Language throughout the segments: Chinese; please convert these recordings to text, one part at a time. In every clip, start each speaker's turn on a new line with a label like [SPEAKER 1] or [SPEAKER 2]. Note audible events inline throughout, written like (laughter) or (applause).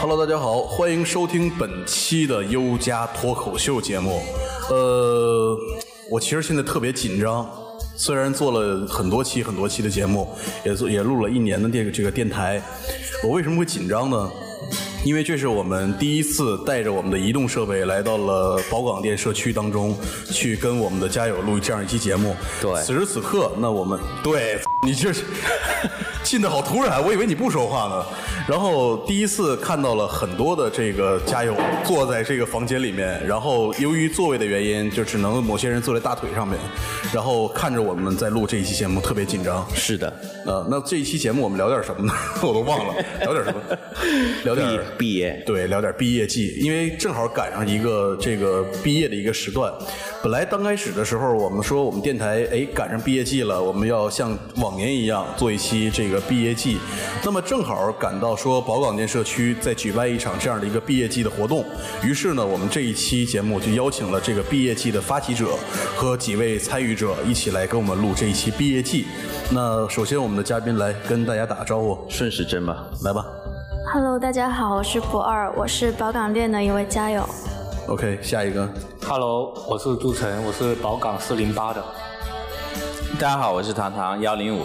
[SPEAKER 1] Hello，大家好，欢迎收听本期的优家脱口秀节目。呃，我其实现在特别紧张，虽然做了很多期很多期的节目，也做也录了一年的这个这个电台，我为什么会紧张呢？因为这是我们第一次带着我们的移动设备来到了宝港店社区当中，去跟我们的家友录这样一期节目。
[SPEAKER 2] 对
[SPEAKER 1] 此时此刻，那我们对你这是进的好突然，我以为你不说话呢。然后第一次看到了很多的这个家友坐在这个房间里面，然后由于座位的原因，就只能某些人坐在大腿上面，然后看着我们在录这一期节目，特别紧张。
[SPEAKER 2] 是的，
[SPEAKER 1] 呃，那这一期节目我们聊点什么呢？ (laughs) 我都忘了，聊点什么？聊点
[SPEAKER 2] 毕毕业，
[SPEAKER 1] 对，聊点毕业季，因为正好赶上一个这个毕业的一个时段。本来刚开始的时候，我们说我们电台哎赶上毕业季了，我们要像往年一样做一期这个毕业季。那么正好赶到说宝港店社区在举办一场这样的一个毕业季的活动，于是呢，我们这一期节目就邀请了这个毕业季的发起者和几位参与者一起来跟我们录这一期毕业季。那首先我们的嘉宾来跟大家打个招呼，
[SPEAKER 2] 顺时针吧。
[SPEAKER 1] 来吧。
[SPEAKER 3] Hello，大家好，我是不二，我是宝港店的一位家友。
[SPEAKER 1] OK，下一个
[SPEAKER 4] Hello，我是朱晨，我是宝港四零八的。
[SPEAKER 2] 大家好，我是糖糖幺零五，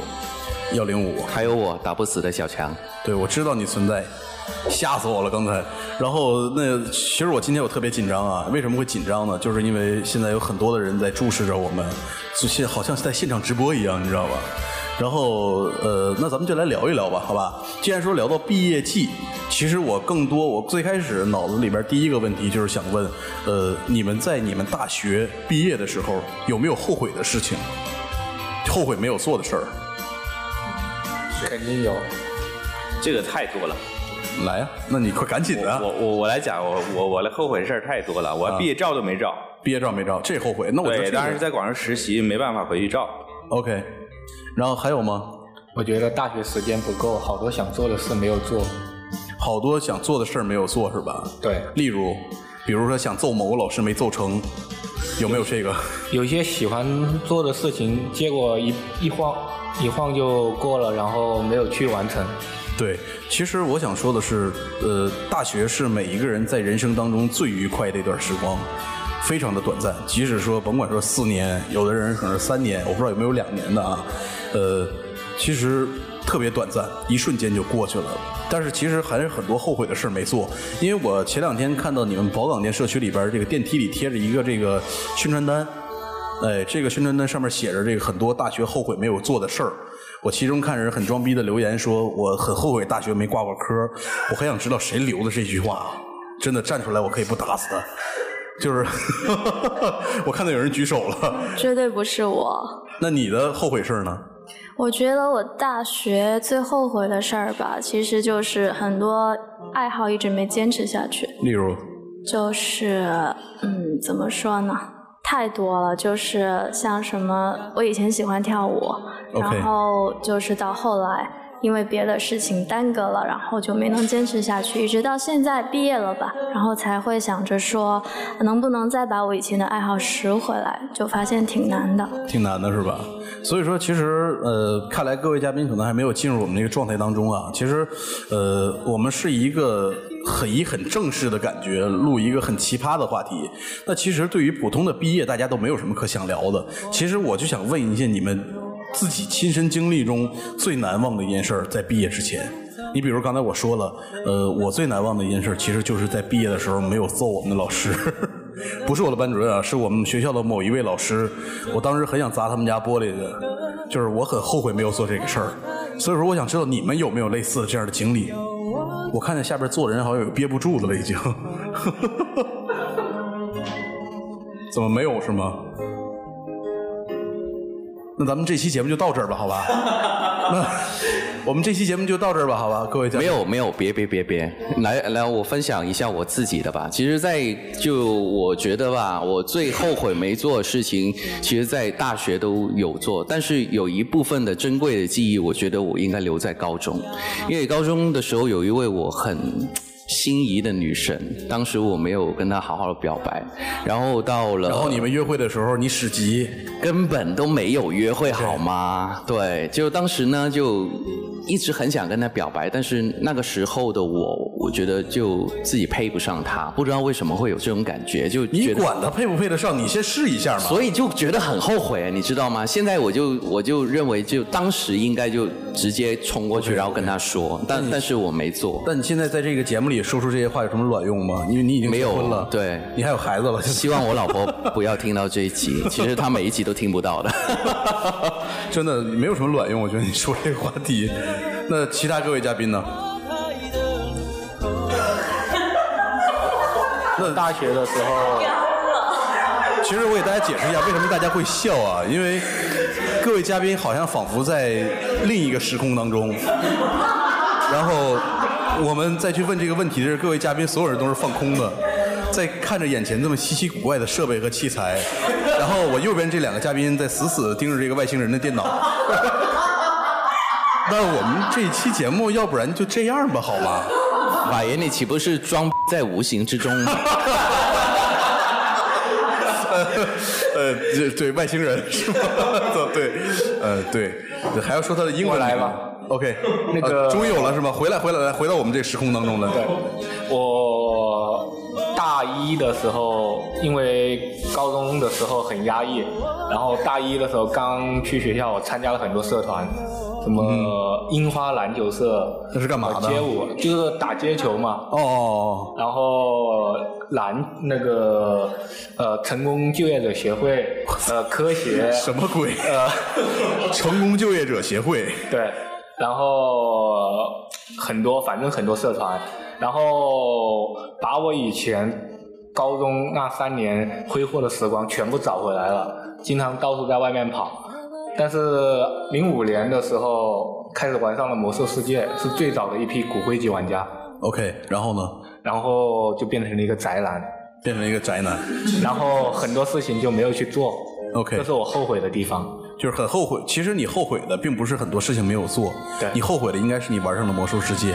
[SPEAKER 1] 幺零五。
[SPEAKER 2] 还有我打不死的小强。
[SPEAKER 1] 对，我知道你存在，吓死我了刚才。然后那其实我今天我特别紧张啊，为什么会紧张呢？就是因为现在有很多的人在注视着我们，就现好像是在现场直播一样，你知道吧？然后呃，那咱们就来聊一聊吧，好吧？既然说聊到毕业季，其实我更多我最开始脑子里边第一个问题就是想问，呃，你们在你们大学毕业的时候有没有后悔的事情？后悔没有做的事儿？
[SPEAKER 4] 肯定有。
[SPEAKER 2] 这个太多了，
[SPEAKER 1] 来啊，那你快赶紧的啊。
[SPEAKER 2] 我我我来讲，我我我的后悔事儿太多了，我毕业照都没照。
[SPEAKER 1] 毕业照没照，这后悔。那我就
[SPEAKER 2] 对，
[SPEAKER 1] 去
[SPEAKER 2] 当时在广州实习，没办法回去照。
[SPEAKER 1] OK。然后还有吗？
[SPEAKER 4] 我觉得大学时间不够，好多想做的事没有做。
[SPEAKER 1] 好多想做的事儿没有做是吧？
[SPEAKER 4] 对，
[SPEAKER 1] 例如，比如说想揍某个老师没揍成，有没有这个？
[SPEAKER 4] 有些喜欢做的事情，结果一一晃一晃就过了，然后没有去完成。
[SPEAKER 1] 对，其实我想说的是，呃，大学是每一个人在人生当中最愉快的一段时光，非常的短暂。即使说甭管说四年，有的人可能是三年，我不知道有没有两年的啊，呃，其实特别短暂，一瞬间就过去了。但是其实还是很多后悔的事儿没做，因为我前两天看到你们宝港店社区里边儿这个电梯里贴着一个这个宣传单，哎，这个宣传单上面写着这个很多大学后悔没有做的事儿。我其中看人很装逼的留言说，我很后悔大学没挂过科儿。我很想知道谁留的这句话，啊真的站出来我可以不打死他。就是， (laughs) 我看到有人举手了。
[SPEAKER 3] 绝对不是我，
[SPEAKER 1] 那你的后悔事儿呢？
[SPEAKER 3] 我觉得我大学最后悔的事儿吧，其实就是很多爱好一直没坚持下去，
[SPEAKER 1] 例如，
[SPEAKER 3] 就是嗯，怎么说呢？太多了，就是像什么，我以前喜欢跳舞
[SPEAKER 1] OK
[SPEAKER 3] 然后就是到后来因为别的事情耽搁了，然后就没能坚持下去，一直到现在毕业了吧，然后才会想着说能不能再把我以前的爱好拾回来，就发现挺难的。
[SPEAKER 1] 挺难的是吧？所以说，其实呃，看来各位嘉宾可能还没有进入我们那个状态当中啊。其实，呃，我们是一个很以很正式的感觉录一个很奇葩的话题。那其实对于普通的毕业，大家都没有什么可想聊的。其实我就想问一下你们自己亲身经历中最难忘的一件事儿，在毕业之前。你比如刚才我说了，呃，我最难忘的一件事，其实就是在毕业的时候没有揍我们的老师， (laughs) 不是我的班主任啊，是我们学校的某一位老师。我当时很想砸他们家玻璃的，就是我很后悔没有做这个事儿。所以说，我想知道你们有没有类似的这样的经历？我看见下边坐人好像有憋不住的了，已经。 (laughs) 怎么没有是吗？那咱们这期节目就到这儿吧，
[SPEAKER 2] (laughs)
[SPEAKER 1] 好吧？那我们这期节目就到这儿吧，好吧，各位嘉宾
[SPEAKER 2] 没。有没有，别别别别，来来，我分享一下我自己的吧。其实在，就我觉得吧，我最后悔没做的事情，其实，在大学都有做，但是有一部分的珍贵的记忆，我觉得我应该留在高中，因为高中的时候有一位我很。心仪的女神，当时我没有跟她好好的表白，然后到了，
[SPEAKER 1] 然后你们约会的时候，你使急，
[SPEAKER 2] 根本都没有约会好吗？对，就当时呢，就一直很想跟他表白，但是那个时候的我，我觉得就自己配不上他，不知道为什么会有这种感觉，就
[SPEAKER 1] 你
[SPEAKER 2] 觉得。
[SPEAKER 1] 管他配不配得上，你先试一下嘛。
[SPEAKER 2] 所以就觉得很后悔，你知道吗？现在我就我就认为，就当时应该就直接冲过去，然后跟他说，但但是我没做。
[SPEAKER 1] 但你现在在这个节目里说出这些话有什么卵用吗？因为你已经
[SPEAKER 2] 没
[SPEAKER 1] 结
[SPEAKER 2] 有
[SPEAKER 1] 婚了，
[SPEAKER 2] 对
[SPEAKER 1] 你还有孩子了。
[SPEAKER 2] 希望我老婆不要听到这
[SPEAKER 1] (laughs)
[SPEAKER 2] 一集，其实她每一集都听不到的。 (laughs)
[SPEAKER 1] 真的没有什么卵用，我觉得你说这个话题。那其他各位嘉宾
[SPEAKER 4] (laughs)
[SPEAKER 1] 呢？
[SPEAKER 4] 大学的时候，
[SPEAKER 1] (laughs) 其实我给大家解释一下，为什么大家会笑啊？因为各位嘉宾好像仿佛在另一个时空当中，然后我们再去问这个问题的时候，各位嘉宾所有人都是放空的，在看着眼前这么稀奇古怪的设备和器材，然后我右边这两个嘉宾在死死地盯着这个外星人的电脑。 (laughs) 那我们这一期节目，要不然就这样吧，好吗？
[SPEAKER 2] 马爷，你岂不是装在无形之中吗？
[SPEAKER 1] 呃，这对外星人是吗？ (laughs) 对，呃，对，还要说他的英文
[SPEAKER 4] 我来
[SPEAKER 1] 名
[SPEAKER 4] 吧。
[SPEAKER 1] OK，
[SPEAKER 4] (laughs) 那
[SPEAKER 1] 呃
[SPEAKER 4] 个
[SPEAKER 1] 终于有了是吗？回来，回来，来，回到我们这时空当中哦来。
[SPEAKER 4] 我大一的时候，因为高中的时候很压抑，然后大一的时候刚去学校，我参加了很多社团，什么樱花篮球社，
[SPEAKER 1] 嗯那是干嘛的
[SPEAKER 4] 街舞就是打街球嘛，
[SPEAKER 1] 哦哦
[SPEAKER 4] 然后篮那个呃成功就业者协会，呃科协
[SPEAKER 1] 哦，，什么鬼？
[SPEAKER 4] 呃 (laughs)
[SPEAKER 1] 成功就业者协会，
[SPEAKER 4] 对，然后很多，反正很多社团，然后把我以前高中那三年挥霍的时光全部找回来了，经常到处在外面跑。但是零五年的时候开始玩上了魔兽世界，是最早的一批骨灰级玩家，
[SPEAKER 1] OK，然后呢，
[SPEAKER 4] 然后就变成了一个宅男，
[SPEAKER 1] 变成一个宅男。
[SPEAKER 4] 然后很多事情就没有去做，
[SPEAKER 1] OK，
[SPEAKER 4] 这是我后悔的地方。
[SPEAKER 1] 就是很后悔。其实你后悔的并不是很多事情没有做，
[SPEAKER 4] 对
[SPEAKER 1] 你后悔的应该是你玩上了魔兽世界。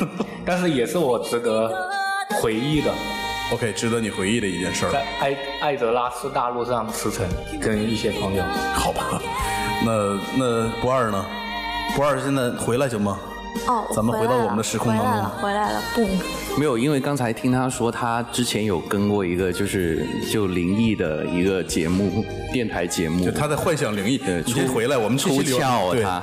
[SPEAKER 4] 对， (laughs) 但是也是我值得回忆的。
[SPEAKER 1] OK，值得你回忆的一件事儿。
[SPEAKER 4] 在艾艾泽拉斯大陆上驰骋，跟一些朋友。
[SPEAKER 1] 好吧，那那不二呢？不二现在回来行吗？
[SPEAKER 3] 哦，
[SPEAKER 1] 咱们回到
[SPEAKER 3] 来
[SPEAKER 1] 我们的
[SPEAKER 3] 了
[SPEAKER 1] 时空
[SPEAKER 3] 回
[SPEAKER 1] 当
[SPEAKER 3] 来
[SPEAKER 1] 中
[SPEAKER 3] 了，回来了，不，
[SPEAKER 2] 没有，因为刚才听他说，他之前有跟过一个就是就灵异的一个节目，电台节目
[SPEAKER 1] 就。他在幻想灵异，
[SPEAKER 2] 对
[SPEAKER 1] 你先
[SPEAKER 2] 出
[SPEAKER 1] 回来，我们这期
[SPEAKER 2] 出
[SPEAKER 1] 聊
[SPEAKER 2] 窍啊
[SPEAKER 1] 对
[SPEAKER 2] 他，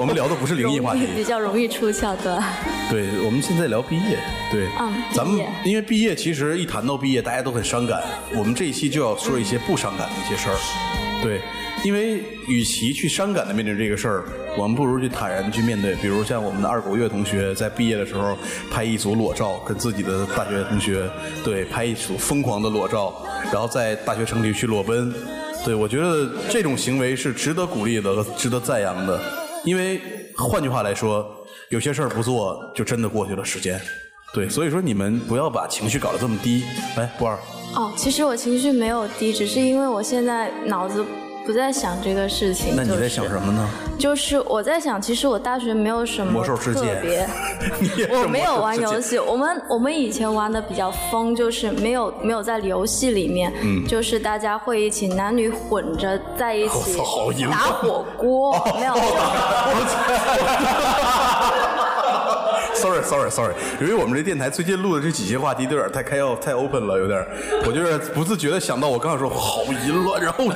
[SPEAKER 1] (laughs) 我们聊的不是灵异话
[SPEAKER 3] 容
[SPEAKER 1] 题
[SPEAKER 3] 易， (laughs) 比较容易出窍对吧？
[SPEAKER 1] 对，我们现在聊毕业，对，
[SPEAKER 3] 嗯
[SPEAKER 1] 咱们
[SPEAKER 3] 毕业
[SPEAKER 1] 因为毕业，其实一谈到毕业，大家都很伤感。我们这一期就要说一些不伤感的一些事儿，对，因为与其去伤感的面对这个事儿，我们不如去坦然的去面对。比如像我们的二狗月同学在毕业的时候拍一组裸照，跟自己的大学同学对拍一组疯狂的裸照，然后在大学城里去裸奔。对，我觉得这种行为是值得鼓励的，和值得赞扬的，因为换句话来说，有些事儿不做就真的过去了时间。对，所以说你们不要把情绪搞得这么低。来，波儿，
[SPEAKER 3] 哦，其实我情绪没有低，只是因为我现在脑子不在想这个事情。
[SPEAKER 1] 那你在
[SPEAKER 3] 就是
[SPEAKER 1] 想什么呢？
[SPEAKER 3] 就是我在想，其实我大学没有什么
[SPEAKER 1] 魔兽世界
[SPEAKER 3] 特别，
[SPEAKER 1] (laughs) 你也是
[SPEAKER 3] 我没有玩
[SPEAKER 1] 魔兽
[SPEAKER 3] 游
[SPEAKER 1] 世界，
[SPEAKER 3] 戏。我们我们以前玩的比较疯，就是没有没有在游戏里面，
[SPEAKER 1] 嗯
[SPEAKER 3] 就是大家会一起男女混着在一起
[SPEAKER 1] 我操好哦淫
[SPEAKER 3] 打火锅，没有。
[SPEAKER 1] (laughs)
[SPEAKER 3] 啊
[SPEAKER 1] (laughs) Sorry Sorry Sorry，由于我们这电台最近录的这几期话题都有点太开要太 open 了，有点儿，我就是不自觉的想到我刚才说好淫乱，
[SPEAKER 3] (laughs)
[SPEAKER 1] 然后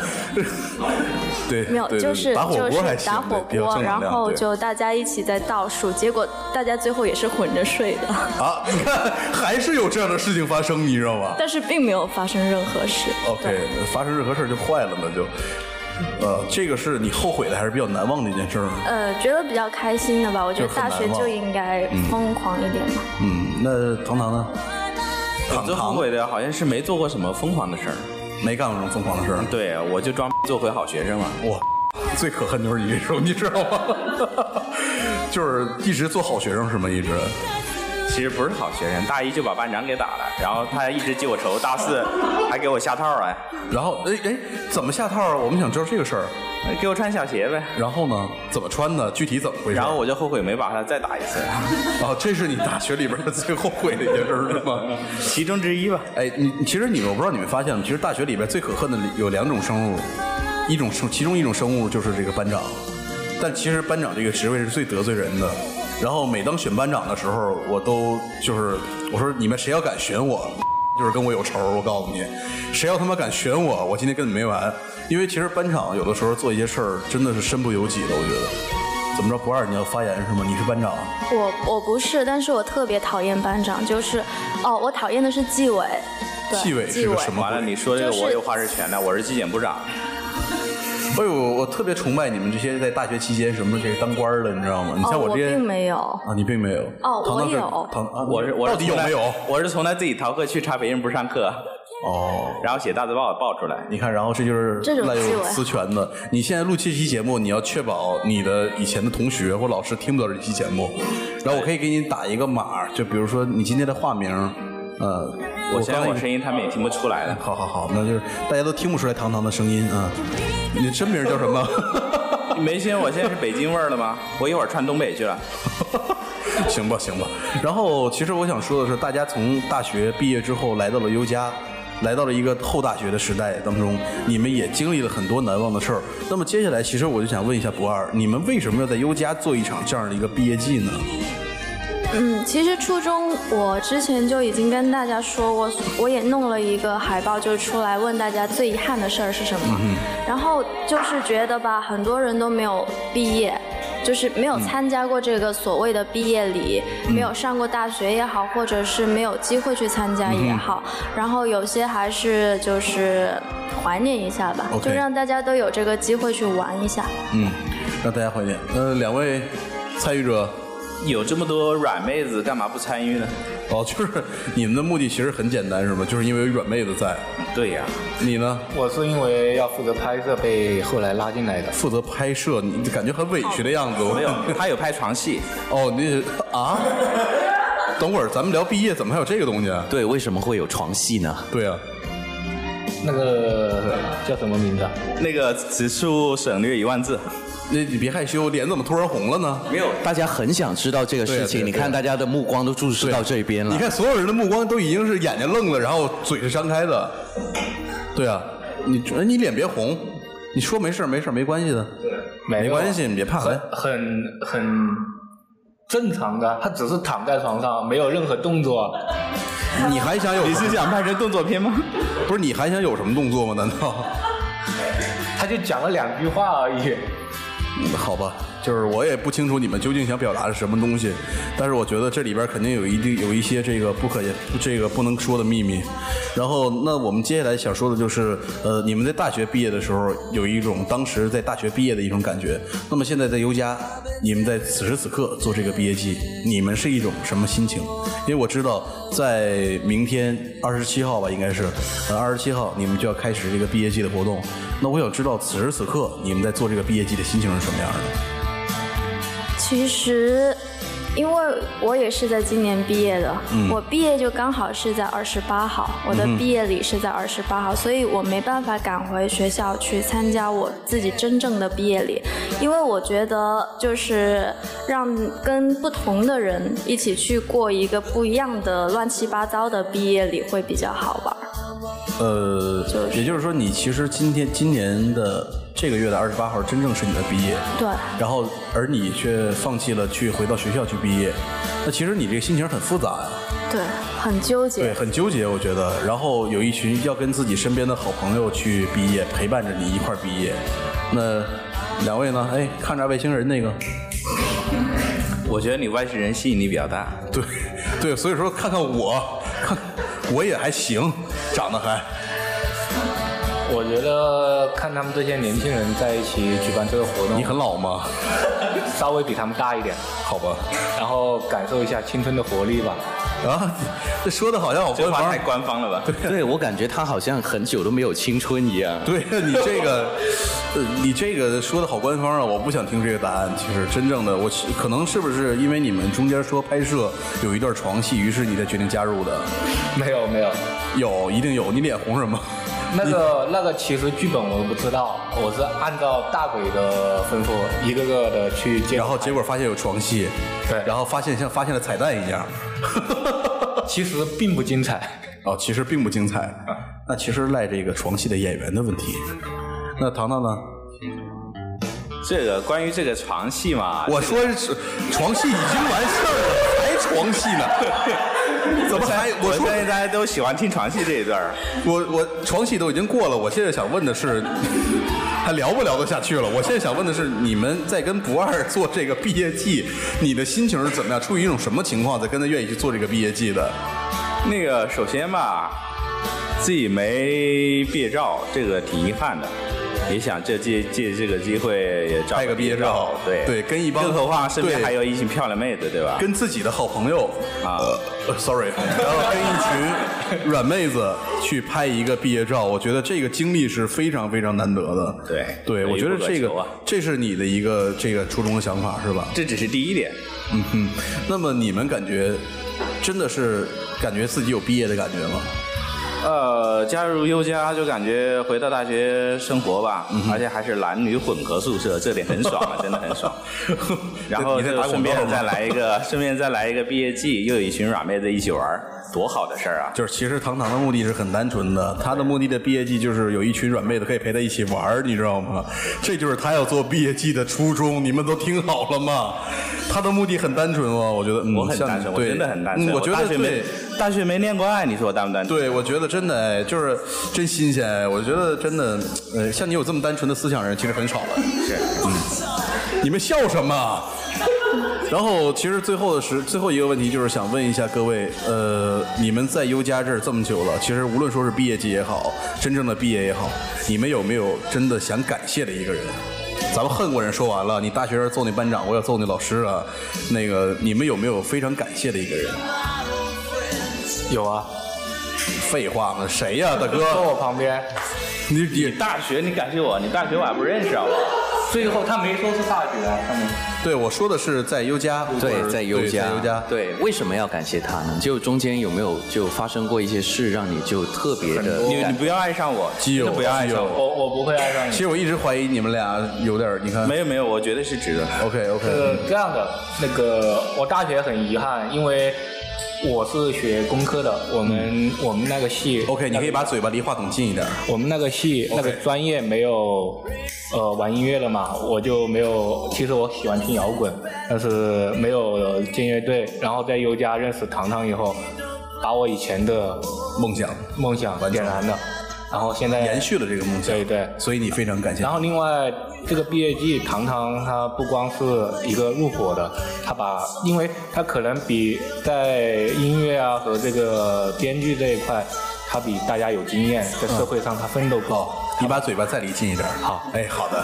[SPEAKER 1] 对，
[SPEAKER 3] 没有，
[SPEAKER 1] 对对
[SPEAKER 3] 就是
[SPEAKER 1] 打火
[SPEAKER 3] 就
[SPEAKER 1] 锅
[SPEAKER 3] 是
[SPEAKER 1] 还行，
[SPEAKER 3] 打火
[SPEAKER 1] 对比较
[SPEAKER 3] 锅，
[SPEAKER 1] 正能
[SPEAKER 3] 然
[SPEAKER 1] 量
[SPEAKER 3] 后
[SPEAKER 1] 对
[SPEAKER 3] 就大家一起在倒数，结果大家最后也是混着睡的，
[SPEAKER 1] 啊，你看还是有这样的事情发生，你知道吗
[SPEAKER 3] 但是并没有发生任何事。
[SPEAKER 1] ？OK，
[SPEAKER 3] 对
[SPEAKER 1] 发生任何事儿就坏了呢，就，呃，这个是你后悔的还是比较难忘的一件事儿呢？
[SPEAKER 3] 呃，觉得比较开心的吧，我觉得
[SPEAKER 1] 就是很
[SPEAKER 3] 大学
[SPEAKER 1] 难忘
[SPEAKER 3] 就应该疯狂一点嘛。
[SPEAKER 1] 嗯，那糖糖呢？
[SPEAKER 5] 我最后悔的好像是没做过什么疯狂的事儿。
[SPEAKER 1] 没干过这种疯狂的事儿。
[SPEAKER 5] 对，我就装做回好学生嘛。
[SPEAKER 1] 我最可恨就是你这种，你知道吗？ (laughs) 就是一直做好学生是吗？一直
[SPEAKER 5] 其实不是好学生，大一就把班长给打了，然后他一直记我仇，大四还给我下套啊，
[SPEAKER 1] 然后哎哎，怎么下套啊？我们想知道这个事儿。
[SPEAKER 5] 哎给我穿小鞋呗。
[SPEAKER 1] 然后呢，怎么穿的？具体怎么回事？
[SPEAKER 5] 然后我就后悔没把他再打一次，
[SPEAKER 1] 啊，这是你大学里边的最后悔的一件事儿是吗？
[SPEAKER 5] 其中之一吧。
[SPEAKER 1] 哎，你其实你们我不知道你们发现了，其实大学里边最可恨的有两种生物，一种生其中一种生物就是这个班长，但其实班长这个职位是最得罪人的。然后每当选班长的时候，我都就是我说你们谁要敢选我，就是跟我有仇。我告诉你，谁要他妈敢选我，我今天跟你没完。因为其实班长有的时候做一些事儿真的是身不由己的，我觉得。怎么着，不二你要发言是吗？你是班长，
[SPEAKER 3] 我我不是，但是我特别讨厌班长，就是哦，我讨厌的是纪委，对，
[SPEAKER 1] 纪委是个什么？
[SPEAKER 5] 完了，你说这个
[SPEAKER 3] 就是
[SPEAKER 5] 我有话事权的，我是纪检部长。
[SPEAKER 1] 哎呦，我特别崇拜你们这些在大学期间什么这个当官儿的，你知道吗？你
[SPEAKER 3] 哦，
[SPEAKER 1] 像
[SPEAKER 3] 我
[SPEAKER 1] 这些
[SPEAKER 3] 并没有。
[SPEAKER 1] 啊，你并没有
[SPEAKER 3] 哦
[SPEAKER 1] 唐唐是
[SPEAKER 3] 我有
[SPEAKER 1] 唐啊，
[SPEAKER 5] 我是我是
[SPEAKER 1] 到底有
[SPEAKER 5] 从来
[SPEAKER 1] 没有？
[SPEAKER 5] 我是从来自己逃课去查别人不上课，
[SPEAKER 1] 哦，
[SPEAKER 5] 然后写大字报报出来。
[SPEAKER 1] 你看，然后这就是
[SPEAKER 3] 这种
[SPEAKER 1] 滥
[SPEAKER 3] 思
[SPEAKER 1] 用
[SPEAKER 3] 维
[SPEAKER 1] 私权的。你现在录这期节目，你要确保你的以前的同学或老师听不到这期节目，然后我可以给你打一个码，就比如说你今天的化名，呃，
[SPEAKER 5] 我现在
[SPEAKER 1] 刚
[SPEAKER 5] 我声音他们也听不出 (laughs) 来了。
[SPEAKER 1] 好好好，那就是大家都听不出来糖糖的声音啊。你的真名叫什么？
[SPEAKER 5] 你没信？我现在是北京味儿了吗？我一会儿串东北去了。
[SPEAKER 1] (laughs) 行吧，行吧。然后，其实我想说的是，大家从大学毕业之后来到了优家，来到了一个后大学的时代当中，你们也经历了很多难忘的事儿。那么接下来，其实我就想问一下不二，你们为什么要在优家做一场这样的一个毕业季呢？
[SPEAKER 3] 嗯，其实初中我之前就已经跟大家说过，我也弄了一个海报，就是出来问大家最遗憾的事儿是什么。然后就是觉得吧，很多人都没有毕业，就是没有参加过这个所谓的毕业礼，没有上过大学也好，或者是没有机会去参加也好。然后有些还是就是怀念一下吧
[SPEAKER 1] OK
[SPEAKER 3] 就让大家都有这个机会去玩一下。
[SPEAKER 1] 嗯，让大家怀念。呃，两位参与者，
[SPEAKER 5] 有这么多软妹子，干嘛不参与呢？
[SPEAKER 1] 哦，就是你们的目的其实很简单，是吗？就是因为有软妹子在。
[SPEAKER 5] (laughs) 对呀、
[SPEAKER 1] 你呢，
[SPEAKER 4] 我是因为要负责拍摄被后来拉进来的。
[SPEAKER 1] 负责拍摄，你感觉很委屈的样子。
[SPEAKER 5] 没有，他有拍床戏。
[SPEAKER 1] 哦，你啊？等会儿咱们聊毕业，怎么还有这个东西啊？
[SPEAKER 2] 对，为什么会有床戏呢？
[SPEAKER 1] 对啊，
[SPEAKER 4] 那个叫什么名字啊？
[SPEAKER 5] (laughs) 那个此处省略一万字。
[SPEAKER 1] 你你别害羞，脸怎么突然红了呢？
[SPEAKER 5] 没有，
[SPEAKER 2] 大家很想知道这个
[SPEAKER 1] 对啊
[SPEAKER 2] 事
[SPEAKER 1] 对啊啊
[SPEAKER 2] 情，你
[SPEAKER 1] 对啊
[SPEAKER 2] 看大家的目光都注视到这边
[SPEAKER 1] 你
[SPEAKER 2] 了。
[SPEAKER 1] 看所有人的目光都已经是眼睛愣了，然后嘴是张开的。对啊，你哎你脸别红，你说没事儿没事儿没关系的，
[SPEAKER 4] 没有
[SPEAKER 1] 没关系，你别怕。来，
[SPEAKER 4] 很很正常的，他只是躺在床上，没有任何动作。
[SPEAKER 1] 你还想有
[SPEAKER 5] 你是想拍成动作片吗？
[SPEAKER 1] 不是你还想有什么动作吗？难道？
[SPEAKER 4] 他就讲了两句话而已。
[SPEAKER 1] 嗯好吧，就是我也不清楚你们究竟想表达是什么东西，但是我觉得这里边肯定有一定有一些这个不可言这个不能说的秘密。然后，那我们接下来想说的就是，呃，你们在大学毕业的时候有一种当时在大学毕业的一种感觉，那么现在在优家，你们在此时此刻做这个毕业季，你们是一种什么心情？因为我知道在明天二十七号吧，应该是，呃，二十七号你们就要开始这个毕业季的活动。那我想知道此时此刻你们在做这个毕业季的心情是什么样的？
[SPEAKER 3] 其实，因为我也是在今年毕业的，我毕业就刚好是在二十八号，我的毕业礼是在二十八号，所以我没办法赶回学校去参加我自己真正的毕业礼，因为我觉得就是让跟不同的人一起去过一个不一样的乱七八糟的毕业礼会比较好玩。
[SPEAKER 1] 呃，也就是说，你其实今天今年的这个月的二十八号真正是你的毕业，
[SPEAKER 3] 对，
[SPEAKER 1] 然后而你却放弃了去回到学校去毕业，那其实你这个心情很复杂呀、
[SPEAKER 3] 对，很纠结。
[SPEAKER 1] 对，很纠结，我觉得。然后有一群要跟自己身边的好朋友去毕业，陪伴着你一块儿毕业。那两位呢？哎，看着外星人那个，
[SPEAKER 5] (laughs) 我觉得你外星人吸引力比较大。
[SPEAKER 1] 对，对，所以说看看我，看我也还行，长得还。
[SPEAKER 4] 我觉得看他们这些年轻人在一起举办这个活动，
[SPEAKER 1] 你很老吗？
[SPEAKER 4] 稍微比他们大一点，
[SPEAKER 1] 好吧。
[SPEAKER 4] 然后感受一下青春的活力吧。
[SPEAKER 1] 啊，这说的好像我
[SPEAKER 5] 这
[SPEAKER 1] 官
[SPEAKER 5] 话
[SPEAKER 1] 方
[SPEAKER 5] 太。官方了吧？
[SPEAKER 2] 对，我感觉他好像很久都没有青春一样。
[SPEAKER 1] 对你这个，呃，你这个说的好官方啊，我不想听这个答案。其实真正的我，可能是不是因为你们中间说拍摄有一段床戏，于是你才决定加入的？
[SPEAKER 4] 没有没有，
[SPEAKER 1] 有，一定有。你脸红什么？
[SPEAKER 4] 那个那个其实剧本我不知道，我是按照大鬼的吩咐一个个的去接。
[SPEAKER 1] 然后结果发现有床戏，
[SPEAKER 4] 对
[SPEAKER 1] 然后发现像发现了彩蛋一样，
[SPEAKER 4] 其实并不精彩。
[SPEAKER 1] 哦，其实并不精彩。那其实赖这个床戏的演员的问题。那糖糖呢？
[SPEAKER 5] 这个关于这个床戏嘛， (laughs)
[SPEAKER 1] 我说是床戏已经完事儿了，还床戏
[SPEAKER 5] (laughs)
[SPEAKER 1] 呢？怎么还？我
[SPEAKER 5] 我
[SPEAKER 1] 说
[SPEAKER 5] 相信大家都喜欢听床戏这一段儿。
[SPEAKER 1] 我我床戏都已经过了，我现在想问的是，还聊不聊得下去了？我现在想问的是，你们在跟不二做这个毕业季，你的心情是怎么样？处于一种什么情况在跟他愿意去做这个毕业季的？
[SPEAKER 5] 那个首先吧，自己没毕业照，这个挺遗憾的。也想借借借这个机会也照
[SPEAKER 1] 拍个毕业照
[SPEAKER 5] 对
[SPEAKER 1] 对跟一帮
[SPEAKER 5] 更何况身边
[SPEAKER 1] 对
[SPEAKER 5] 还有一群漂亮妹子，对吧？
[SPEAKER 1] 跟自己的好朋友
[SPEAKER 5] 啊
[SPEAKER 1] 呃，sorry，然后跟一群软妹子去拍一个毕业照，我觉得这个经历是非常非常难得的。
[SPEAKER 5] 对
[SPEAKER 1] 对，我觉得这
[SPEAKER 5] 可遇不可求
[SPEAKER 1] 个
[SPEAKER 5] 啊
[SPEAKER 1] 这是你的一个这个初衷的想法是吧？
[SPEAKER 5] 这只是第一点。
[SPEAKER 1] 嗯哼，那么你们感觉真的是感觉自己有毕业的感觉吗？
[SPEAKER 5] 呃，加入优家就感觉回到大学生活吧，
[SPEAKER 1] 嗯
[SPEAKER 5] 而且还是男女混合宿舍，这点很爽
[SPEAKER 1] (laughs)
[SPEAKER 5] 啊，真的很爽。然后
[SPEAKER 1] 你在
[SPEAKER 5] 就
[SPEAKER 1] 打广
[SPEAKER 5] 顺
[SPEAKER 1] 告
[SPEAKER 5] 便
[SPEAKER 1] 吗
[SPEAKER 5] 再来一个，顺便再来一个毕业季，又有一群软妹子一起玩儿，多好的事儿啊！
[SPEAKER 1] 就是其实糖糖的目的是很单纯的，他的目的的毕业季就是有一群软妹子可以陪他一起玩儿，你知道吗？这就是他要做毕业季的初衷，你们都听好了吗？他的目的很单纯哦，我觉得，嗯、
[SPEAKER 5] 我很
[SPEAKER 1] 像
[SPEAKER 5] 单纯，我
[SPEAKER 1] 对
[SPEAKER 5] 真的很单纯。
[SPEAKER 1] 嗯我觉
[SPEAKER 5] 大
[SPEAKER 1] 得
[SPEAKER 5] 学
[SPEAKER 1] 对
[SPEAKER 5] 没。大学没恋过爱，你说我单不单纯？
[SPEAKER 1] 对，我觉得真的哎，就是真新鲜哎！我觉得真的，呃，像你有这么单纯的思想人，其实很少了。嗯
[SPEAKER 5] 是，
[SPEAKER 1] 你们笑什么？然后，其实最后的是最后一个问题，就是想问一下各位，呃，你们在优家这儿这么久了，其实无论说是毕业季也好，真正的毕业也好，你们有没有真的想感谢的一个人？咱们恨过人说完了，你大学生揍你班长，我也揍你老师啊，那个你们有没有非常感谢的一个人？
[SPEAKER 4] 有啊，
[SPEAKER 1] 废话嘛，谁呀、大
[SPEAKER 4] 坐
[SPEAKER 1] 哥？
[SPEAKER 4] 我旁边，
[SPEAKER 1] 你你
[SPEAKER 5] 大学你感谢我，你大学我还不认识好不
[SPEAKER 1] (laughs)
[SPEAKER 5] 好？
[SPEAKER 4] 最后他没说是大学啊，他们
[SPEAKER 1] 对我说的是在优家，或
[SPEAKER 2] 对，
[SPEAKER 1] 者
[SPEAKER 2] 在
[SPEAKER 1] 对
[SPEAKER 2] 优家，
[SPEAKER 1] 在优家，
[SPEAKER 2] 对，为什么要感谢他呢？就中间有没有就发生过一些事，让你就特别的
[SPEAKER 5] 你你不要爱上我，
[SPEAKER 1] 基友
[SPEAKER 5] 真的不要爱上
[SPEAKER 1] 基
[SPEAKER 5] 我。
[SPEAKER 4] 我我不会爱上
[SPEAKER 1] 其
[SPEAKER 4] 你。
[SPEAKER 1] 实我一直怀疑你们俩有点儿，你看
[SPEAKER 5] 没有没有，我觉得是值得。
[SPEAKER 1] ，OK OK，
[SPEAKER 4] 呃，这样的，那个我大学很遗憾，因为我是学工科的，我们、我们那个系
[SPEAKER 1] OK，你可以把嘴巴离话筒近一点。
[SPEAKER 4] 我们那个系那个专业没有，呃，玩音乐的嘛，我就没有。其实我喜欢听摇滚，但是没有进乐队。然后在优家认识糖糖以后，把我以前的
[SPEAKER 1] 梦想
[SPEAKER 4] 梦想
[SPEAKER 1] 完成
[SPEAKER 4] 点燃了，然后现在
[SPEAKER 1] 延。续了这个梦想，
[SPEAKER 4] 哎对对
[SPEAKER 1] 所以你非常感谢
[SPEAKER 4] 然。后另外，这个毕业季，糖糖他不光是一个入伙的，他把，因为他可能比在音乐啊和这个编剧这一块，他比大家有经验，在社会上他奋斗过。
[SPEAKER 1] 你把嘴巴再离近一点。
[SPEAKER 4] 好，
[SPEAKER 1] 哎，好的。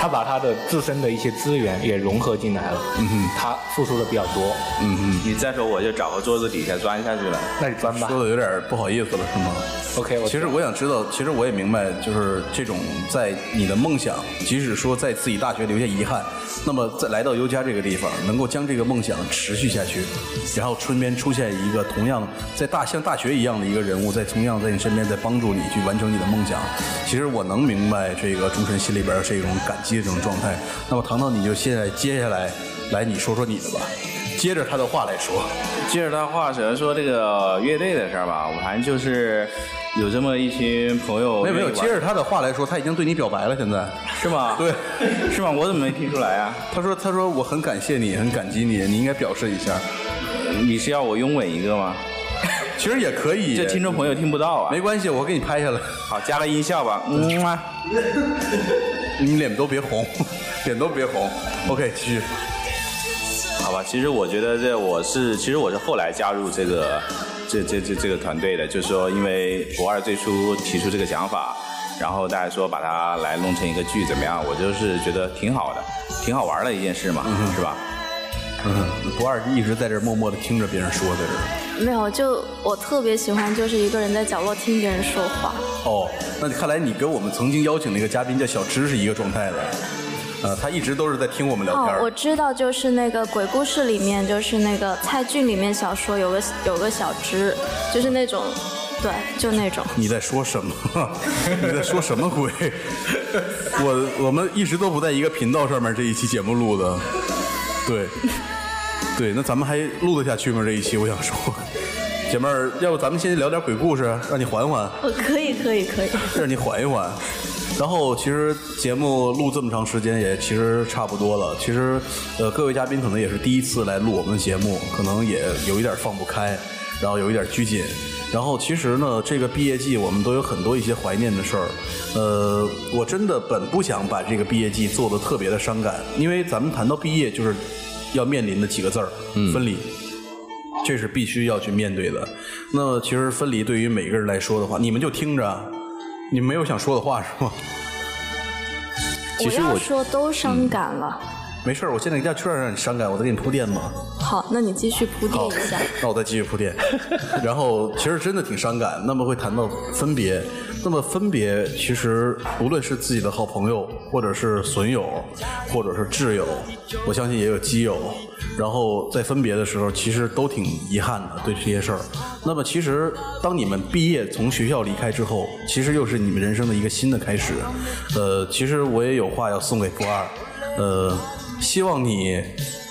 [SPEAKER 4] 他把他的自身的一些资源也融合进来了，嗯哼，他付出的比较多，
[SPEAKER 1] 嗯
[SPEAKER 5] 你再说我就找个桌子底下钻下去了。
[SPEAKER 4] 那你钻吧
[SPEAKER 1] 说的有点不好意思了，是吗？
[SPEAKER 4] ，OK，我
[SPEAKER 1] 其实我想知道，其实我也明白，就是这种在你的梦想，即使说在自己大学留下遗憾，那么在来到优家这个地方，能够将这个梦想持续下去，然后身边出现一个同样在大像大学一样的一个人物，在同样在你身边，在帮助你去完成你的梦想。其实我能明白这个钟晨心里边是一种感激的这种状态。那么糖糖，你就现在接下来来你说说你的吧，接着他的话来说。
[SPEAKER 5] 接着他话，只能说这个乐队的事儿吧。我反正就是有这么一群朋友，
[SPEAKER 1] 没有没有，
[SPEAKER 5] 愿意
[SPEAKER 1] 接着
[SPEAKER 5] 玩
[SPEAKER 1] 他的话来说，他已经对你表白了，现在。
[SPEAKER 5] 是吗？
[SPEAKER 1] 对，
[SPEAKER 5] 是吗？我怎么没听出来啊？
[SPEAKER 1] 他说：“他说我很感谢你，很感激你，你应该表示一下。
[SPEAKER 5] 你是要我拥吻一个吗？
[SPEAKER 1] 其实也可以，
[SPEAKER 5] 这听众朋友听不到啊
[SPEAKER 1] 没。关系，我给你拍下来。 (laughs)
[SPEAKER 5] 好，加个音效吧。嗯嘛，
[SPEAKER 1] 你们脸都别红， (laughs) 脸都别红。OK，继续。
[SPEAKER 5] 好吧。其实我觉得这我是，其实我是后来加入这个这这这这个团队的，就是说因为博二最初提出这个想法，然后大家说把它来弄成一个剧怎么样？我就是觉得挺好的，挺好玩的一件事嘛，是吧？
[SPEAKER 1] 嗯，不二一直在这儿默默的听着别人说，在这。
[SPEAKER 3] 没有，就我特别喜欢，就是一个人在角落听别人说话。
[SPEAKER 1] 哦，那看来你跟我们曾经邀请的一个嘉宾叫小芝是一个状态的。呃，他一直都是在听我们聊天
[SPEAKER 3] 哦
[SPEAKER 1] 儿。，
[SPEAKER 3] 我知道，就是那个鬼故事里面，就是那个蔡骏里面小说有个有个小枝，就是那种，对，就那种。
[SPEAKER 1] 你在说什么？ (laughs) 你在说什么鬼？我我们一直都不在一个频道上面，这一期节目录的，对，对，那咱们还录得下去吗？这一期我想说，姐妹
[SPEAKER 3] 哦
[SPEAKER 1] 儿，要不咱们先聊点鬼故事，让你缓缓， (laughs)
[SPEAKER 3] 我可以，可以，可以。
[SPEAKER 1] 让你缓一缓。然后其实节目录这么长时间也其实差不多了。其实呃，各位嘉宾可能也是第一次来录我们的节目，可能也有一点放不开，然后有一点拘谨。然后其实呢，这个毕业季我们都有很多一些怀念的事儿。呃，我真的本不想把这个毕业季做得特别的伤感，因为咱们谈到毕业就是要面临的几个字儿：分离。这是必须要去面对的。那其实分离对于每个人来说的话，你们就听着，啊你们没有想说的话是吗？
[SPEAKER 2] 其实
[SPEAKER 3] 要
[SPEAKER 2] 我
[SPEAKER 3] 说都伤感了。
[SPEAKER 1] 没事儿，我现在一定要确认让你伤感，我再给你铺垫嘛。
[SPEAKER 6] 好，那你继续铺
[SPEAKER 1] 嗯
[SPEAKER 6] 垫一下。
[SPEAKER 1] 那我再继续铺垫。 (laughs) 然后其实真的挺伤感，那么会谈到分别，那么分别其实无论是自己的好朋友，或者是损友，或者是挚友，我相信也有基友。然后在分别的时候，其实都挺遗憾的，对这些事儿。那么其实当你们毕业从学校离开之后，其实又是你们人生的一个新的开始。呃，其实我也有话要送给不二，呃，希望你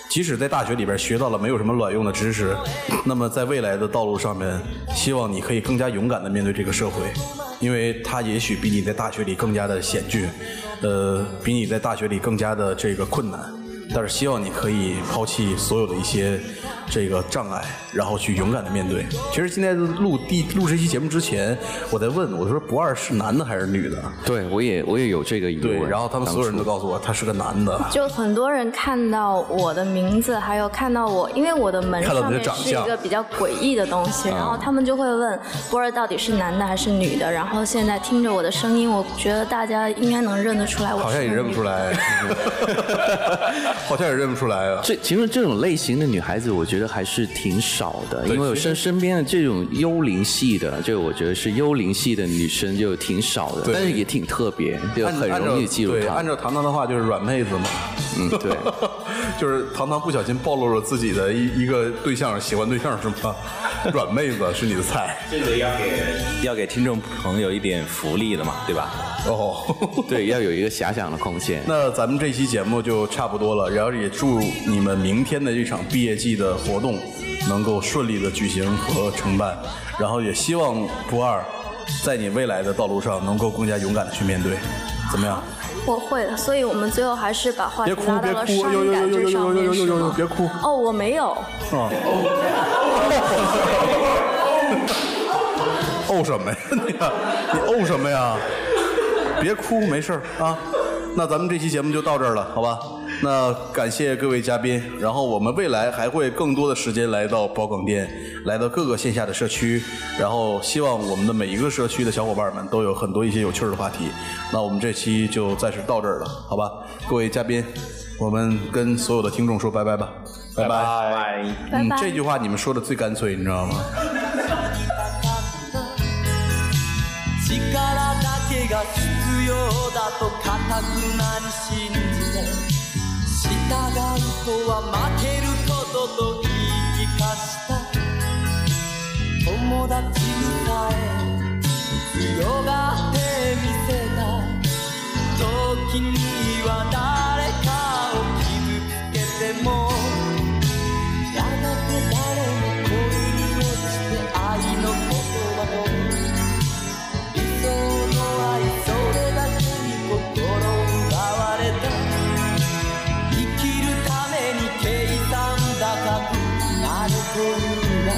[SPEAKER 1] 即使在大学里边学到了没有什么卵用的知识，那么在未来的道路上面，希望你可以更加勇敢的面对这个社会，因为它也许比你在大学里更加的险峻，呃，比你在大学里更加的这个困难。但是希望你可以抛弃所有的一些这个障碍，然后去勇敢的面对。其实今天录第录这期节目之前，我在问我说不二是男的还是女的？
[SPEAKER 2] 对我也我也有这个疑
[SPEAKER 1] 对，
[SPEAKER 2] 问。
[SPEAKER 1] 然后他们所有人都告诉我他是个男的。
[SPEAKER 3] 就很多人看到我的名字，还有看到我，因为我的门
[SPEAKER 1] 看到
[SPEAKER 3] 上
[SPEAKER 1] 你的
[SPEAKER 3] 面
[SPEAKER 1] 长
[SPEAKER 3] 是一
[SPEAKER 1] 相
[SPEAKER 3] 个比较诡异的东
[SPEAKER 1] 嗯
[SPEAKER 3] 西，然后他们就会问波儿到底是男的还是女的。然后现在听着我的声音，我觉得大家应该能认得出来我是
[SPEAKER 1] 好像也
[SPEAKER 3] 个
[SPEAKER 1] 认不
[SPEAKER 3] 女
[SPEAKER 1] 出
[SPEAKER 3] 的。
[SPEAKER 1] 来， (laughs) 好像也认不出来啊。
[SPEAKER 2] 这其实这种类型的女孩子，我觉得还是挺少的，因为我
[SPEAKER 1] 其实
[SPEAKER 2] 身身边的这种幽灵系的，就我觉得是幽灵系的女生就挺少的，
[SPEAKER 1] 对
[SPEAKER 2] 但是也挺特别，就
[SPEAKER 1] 按
[SPEAKER 2] 很
[SPEAKER 1] 按
[SPEAKER 2] 容易
[SPEAKER 1] 照
[SPEAKER 2] 记住
[SPEAKER 1] 对，
[SPEAKER 2] 她
[SPEAKER 1] 按。照糖糖的话就是软妹子嘛。
[SPEAKER 2] 嗯，对。
[SPEAKER 1] (laughs) 就是糖糖不小心暴露了自己的一一个对象，喜欢对象是吗？ (laughs) 软妹子是你的菜 (laughs)
[SPEAKER 5] 这个要给要给听众朋友一点福利的嘛，对吧？
[SPEAKER 1] 哦。
[SPEAKER 2] 对，要有一个遐想的空间。
[SPEAKER 1] 那咱们这期节目就差不多了，然后也祝你们明天的这场毕业季的活动能够顺利的举行和承办，然后也希望不二在你未来的道路上能够更加勇敢的去面对，怎么样？
[SPEAKER 3] 我会的，所以我们最后还是把话题
[SPEAKER 1] 别哭
[SPEAKER 3] 拉到
[SPEAKER 1] 别
[SPEAKER 3] 了
[SPEAKER 1] 哭
[SPEAKER 3] 伤
[SPEAKER 1] 呦呦
[SPEAKER 3] 感
[SPEAKER 1] 呦呦
[SPEAKER 3] 这上
[SPEAKER 1] 呦呦
[SPEAKER 3] 面，
[SPEAKER 1] 呦
[SPEAKER 3] 是
[SPEAKER 1] 呦呦
[SPEAKER 3] 吗？
[SPEAKER 1] 别哭
[SPEAKER 3] 哦，我没有，
[SPEAKER 1] 啊！哦什么呀你呀？你哦什么呀？别哭，没事儿啊。那咱们这期节目就到这儿了，好吧？那感谢各位嘉宾，然后我们未来还会更多的时间来到宝港店，来到各个线下的社区，然后希望我们的每一个社区的小伙伴们都有很多一些有趣儿的话题。那我们这期就暂时到这儿了，好吧？各位嘉宾，我们跟所有的听众说拜拜吧，拜拜
[SPEAKER 4] 拜。
[SPEAKER 3] 拜拜
[SPEAKER 1] 嗯，这句话你们说的最干脆，你知道吗？
[SPEAKER 7] 力だけが必要だと固くなに信じて従うとは負けることと言い聞かした友達にさえ強がってみせた時には誰かを傷つけてもやがて誰も恋に落ちて愛の言葉を理想の愛それだけに心奪われた生きるために計算高くなるというが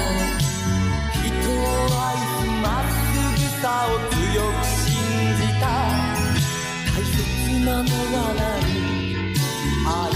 [SPEAKER 7] 人を愛すまっすぐさを強く信じた大切なのは何愛